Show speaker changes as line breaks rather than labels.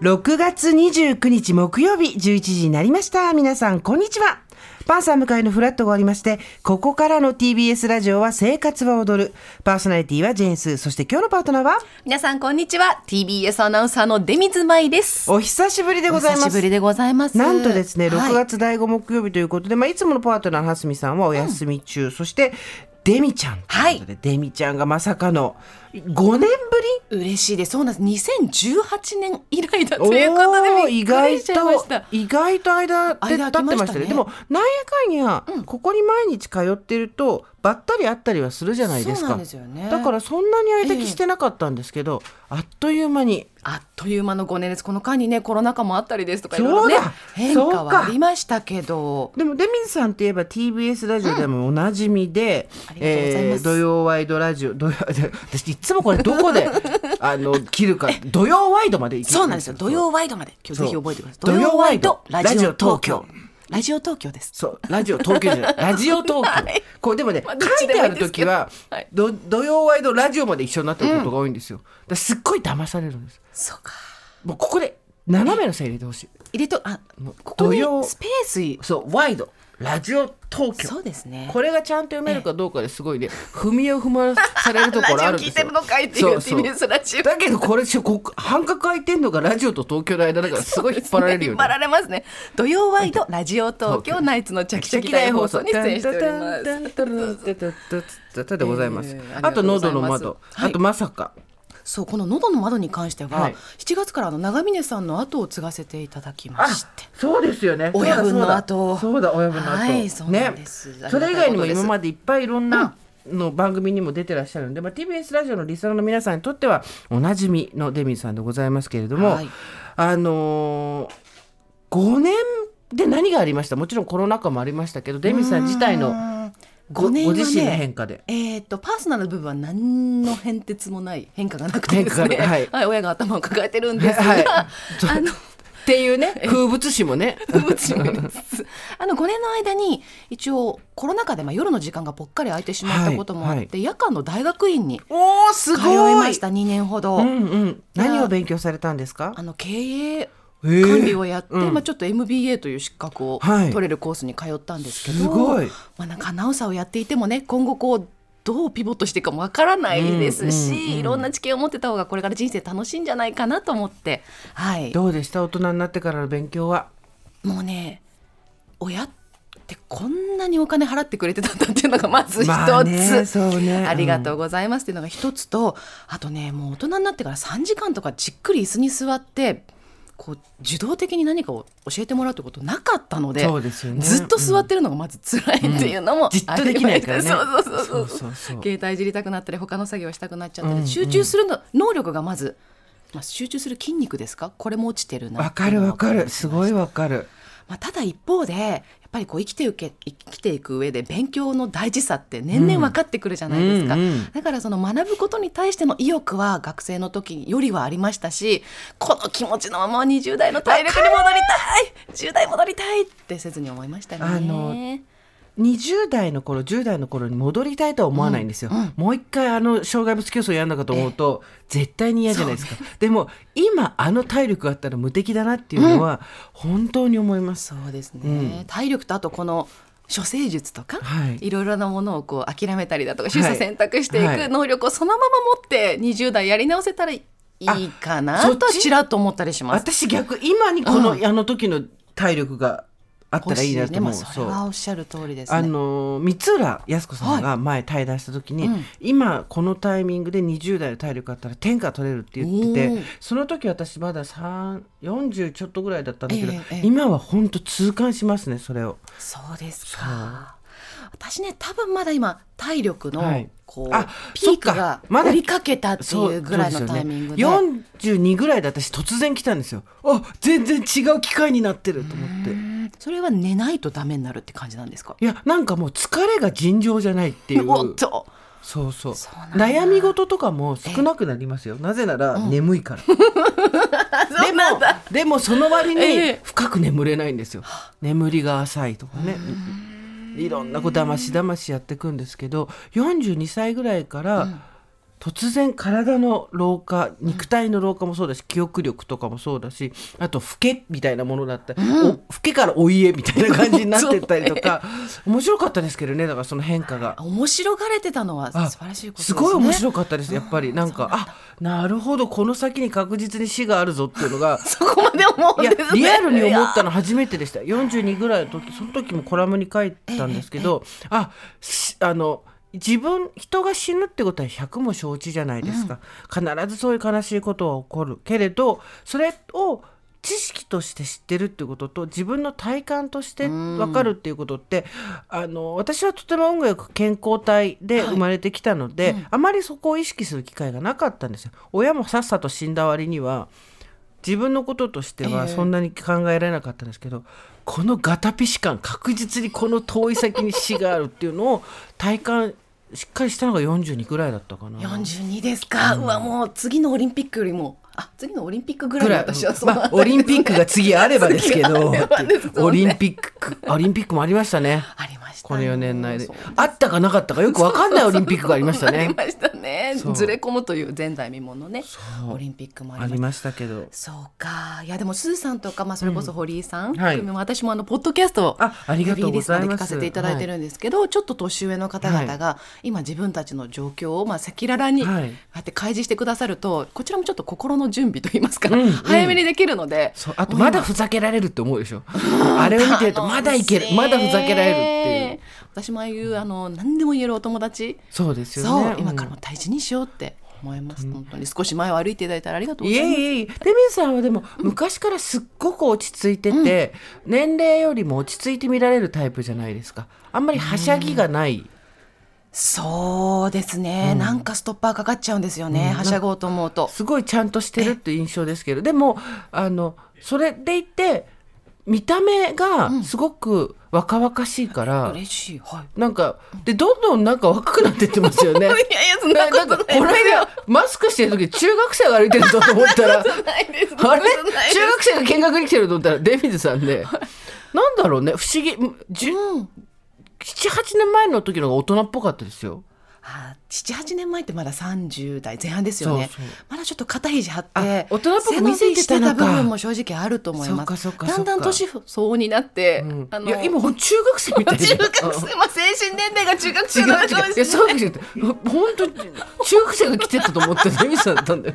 6月29日木曜日11時になりました。皆さん、こんにちは。パンサー向かいのフラットがありまして、ここからの TBS ラジオは生活は踊る。パーソナリティはジェーンス。そして今日のパートナーは、
皆さんこんにちは TBS アナウンサーの出水舞です
お久しぶりでございます。
お久しぶりでございます
なんとですね、
は
6
い
月第5木曜日ということで、いまあ、いつものパートナー、はすみさんはお休み中、そして、デミちゃんということで、デミちゃんがまさかの5年ぶり
嬉しいですそうなんです2018年以来だということで
おー
び
意
っく
外
りしちゃいまし
と
た
意外と間で立って
間空きましたね
ましたねでもなんやかんやここに毎日通ってるとばったり会ったりはするじゃないです
そう
か
なんですよね
だからそんなに相手きしてなかったんですけど、あっという間に
あっという間の5年ですこの間にねコロナ禍もあったりですとかいろいろね
そうだ
変化はありましたけど
でもデミズさんといえば TBS ラジオでもおなじみで、
ありがとうございます
土曜ワイドラジオ土 曜私いつもこれど こであの切るか土曜ワイドまで行き
そうなんですよ土曜ワイドまで今日ぜひ覚えてください
そう
土曜ワイド
土曜ワイド
ラジオ東
ラジオ
京ラジオ東京です
そうラジオ東京じゃな いラジオ東京、
はい
こうでもね、
まあどっ
書
ち
い
で
て
も
あ
いい
る
です
時
けど
は、
はい
ど土曜ワイドラジオまで一緒になってることが多いんですよ、だからすっごい騙されるんです
そうか
もうここで斜めの線入れてほしい
入れとあ
もう
ここに
土曜
スペースい
そうワイドラジオ東京
そうですね
これがちゃんと読めるかどうかですごいね踏みを踏まされるところあるんですよ
ラジオ聞いてるのかいっていう
そそ
TBS ラジオ
だけどこれちょこ 半角空いてんのがラジオと東京の間だからすごい引っ張られるよ
引っ
ね
張られますね。土曜ワイ ドラジオ東京ナイツのチャキチャキ大放送に出演しております。
でございます
ええ。
あと喉の
ありがとう
窓
ござい、ます
あとまさか。
そうこの喉の窓に関しては、
はい
7月からあの長峰さんの後を継がせていただきまして。
そうですよね。
親分の後
そうだそうだそうだ親分の後。
はいそうなんです
ね
ありがたい
それ以外にも
ことです
今までいっぱいいろんな。の番組にも出てらっしゃるので、まあ、TBS ラジオのリスナーの皆さんにとってはおなじみのデミーさんでございますけれども、
はい
あのー、5年で何がありましたもちろんコロナ禍もありましたけどデミーさん自体のご,、
5年
ご
はね
自身の変化で。
えー、とパーソナルの部分は何の変哲もない変化がなくてです
変
ね、
化がな
はいい親が頭を抱えてるんですが、
はい
あの
っていうね風物詩もね。
不物になりつつあの5年の間に一応コロナ禍でまあ夜の時間がぽっかり空いてしまったこともあって、
はいは
夜間の大学院に
おおす
通いました2年ほど。
うんうん。何を勉強されたんですか
あ？の経営
へえ
管理をやって、
うん
まあ、ちょっと MBA という資格を
はい
取れるコースに通ったんですけど、
すごい
まあ、なんかアナウンサーをやっていてもね今後こうどうピボットしていくかもわからないですし、
うんうんうん
いろんな知見を持ってた方がこれから人生楽しいんじゃないかなと思って、はい、
どうでした大人になってからの勉強は？
もうね親ってこんなにお金払ってくれてたんだっていうのがまず一つ、
まあねそうね
ありがとうございますっていうのが一つとあとねもう大人になってから3時間とかじっくり椅子に座ってこう受動的に何かを教えてもらうってことなかったので
そうですよね
ずっと座ってるのがまず辛いっていうのも
じっとできないからね。
ありましたそうそうそう
そうそ
そう
うそう
携帯いじりたくなったり他の作業したくなっちゃったり、
うんうん
集中するの能力がまず、まあ、集中する筋肉ですかこれも落ちてるな
わ
って
か
いう
る
のが
わかる。すごいわかる。
まあ、ただ一方でやっぱりこう生きて受け生きていく上で勉強の大事さって年々分かってくるじゃないですか、
うんうんうん
だからその学ぶことに対しての意欲は学生の時よりはありましたしこの気持ちのまま20代の体力に戻りたい10代戻りたいってせずに思いましたね。
あの20代の頃10代の頃に戻りたいとは思わないんですよ、もう一回あの障害物競争やんだかと思うと絶対に嫌じゃないですか、でも今あの体力があったら無敵だなっていうのは本当に思います、
そうですね、体力とあとこの処世術とか、
はい
い、ろいろなものをこう諦めたりだとか取捨選択してい
はい
く能力をそのまま持って20代やり直せたらいいか
あそ
な
っ
とは
ち
ちらっと思ったりします。
私逆今にこの、
うん
あの時の体力があったらいいなと思う、
欲しいねまあ、それはおっしゃる通りですね。
あの光浦靖子さんが前対談した時に、
うん
今このタイミングで20代の体力あったら天下取れるって言って
お
て
ー
その時私まだ3 40ちょっとぐらいだったんだけど、
ええええ
今は本当痛感しますねそれを。
そうですか。私ね多分まだ今体力の、
はい
こう
あ
ピーク
そっか
が
まだ
追いかけたって
そ
いうぐらい
そ
の
うですよ
タ
ね
イミングで。
42ぐらいで私突然来たんですよあ全然違う機会になってると思って
うんそれは寝ないとダメになるって感じなんですか。
いやなんかもう疲れが尋常じゃないっていう
おっと
そうそう
そうなんだ
悩み事とかも少なくなりますよなぜなら眠いから、で
そうなん
も
だ
でもその割
え
に
え
深く眠れないんですよ眠りが浅いとかねいろんなこうだましだましやっていくんですけど42歳ぐらいから突然体の老化肉体の老化もそうだし記憶力とかもそうだしあと老けみたいなものだったり、お老けからお家みたいな感じになってったりと か面白かったですけどねだからその変化が。
面白がれてたのは素晴らしいことですすね。
ごい面白かったですやっぱりなんかあなるほどこの先に確実に死があるぞっていうのが
そこまで思うん
いや
ですね。
リアルに
い
思
や
ったの初めてでした42ぐらいの時その時もコラムに書いてたんですけど、あしあの自分人が死ぬってことは100も承知じゃないですか、必ずそういう悲しいことは起こるけれどそれを知識として知ってるってことと自分の体感として分かるっていうことって、あの私はとても音楽健康体で生まれてきたので、あまりそこを意識する機会がなかったんですよ。親もさっさと死んだ割には自分のこととしては
ええ
そんなに考えられなかったんですけど、このガタピシ感確実にこの遠い先に死があるっていう のを体感しっかりしたのが42くらいだったかな。
42ですか。うわもう次のオリンピックよりもあ次のオリンピックぐらい
ぐ
に
らい
私はそう
まあ、オリンピックが次あればですけど、
次あればですもんね
オリンピックオリンピックもありましたね
ありましたね。
この4年内で
そう
あったかなかったかよくわか んないオリンピックがありました
あ り
ね
ましたね。
そう
ずれ込むという前代未聞のね
う
オリンピックもあり
あ
まし
り
た
ましたけど
そうかいやでもスーさんとか、まあ、それこそ堀井さん、
はい
含め私もあのポッドキャストを
あありがとうございます
ヘビーリスナーで聞かせていただいてるんですけど、ちょっと年上の方々が今自分たちの状況をまあ赤裸々にこう
はい
やって開示してくださるとこちらもちょっと心の準備といいますか、
うんうん
早めにできるので
そうあとまだふざけられるって思うでし ょあれを見てるとまだいけるまだふざけられるっていう
う私もああいうあの何でも言えるお友達
そうですよ
そう、
ね
今から
うん
も大事にしようって思います、本当に少し前を歩いていただいたらありがとうご
い
ざいます
えいえいえデミさんはでも昔からすっごく落ち着いてて、年齢よりも落ち着いて見られるタイプじゃないですかあんまりはしゃぎがない、
そうですね、なんかストッパーかかっちゃうんですよね、はしゃごうと思うと。
すごいちゃんとしてるっていう印象ですけどでもあのそれでいて見た目がすごく若々しいから、
嬉しい、はい。
なんかでどんどんなんか若くなってってますよね。
いやいや、 そんな
な
こ
なんか
とない
こ
ですよ。
の間マスクしてる時中学生が歩いてるぞと思ったら
ないです。
あれ
そんなことないです
中学生が見学に来てると思ったらデビズさんで、なんだろうね不思議じゅ78年前の時の方が大人っぽかったですよ。
あ七八年前ってまだ三十代前半ですよね
そうそう
まだちょっと肩肘張って
あ大人っぽく見せてたのか
背伸びして部分も正直あると思い
そう
ま
か
す。
そうかそう
だ
か
んだん年相応になって、
うん
あの
いや今ほんと中学生み たいな。
中学生、まあ、精神年齢が中学
違う
生なのかもしれ
違
な
う。
い
いや、そうじゃなくて、本当に中学生が来てたと思って、デミさんだったんだよ。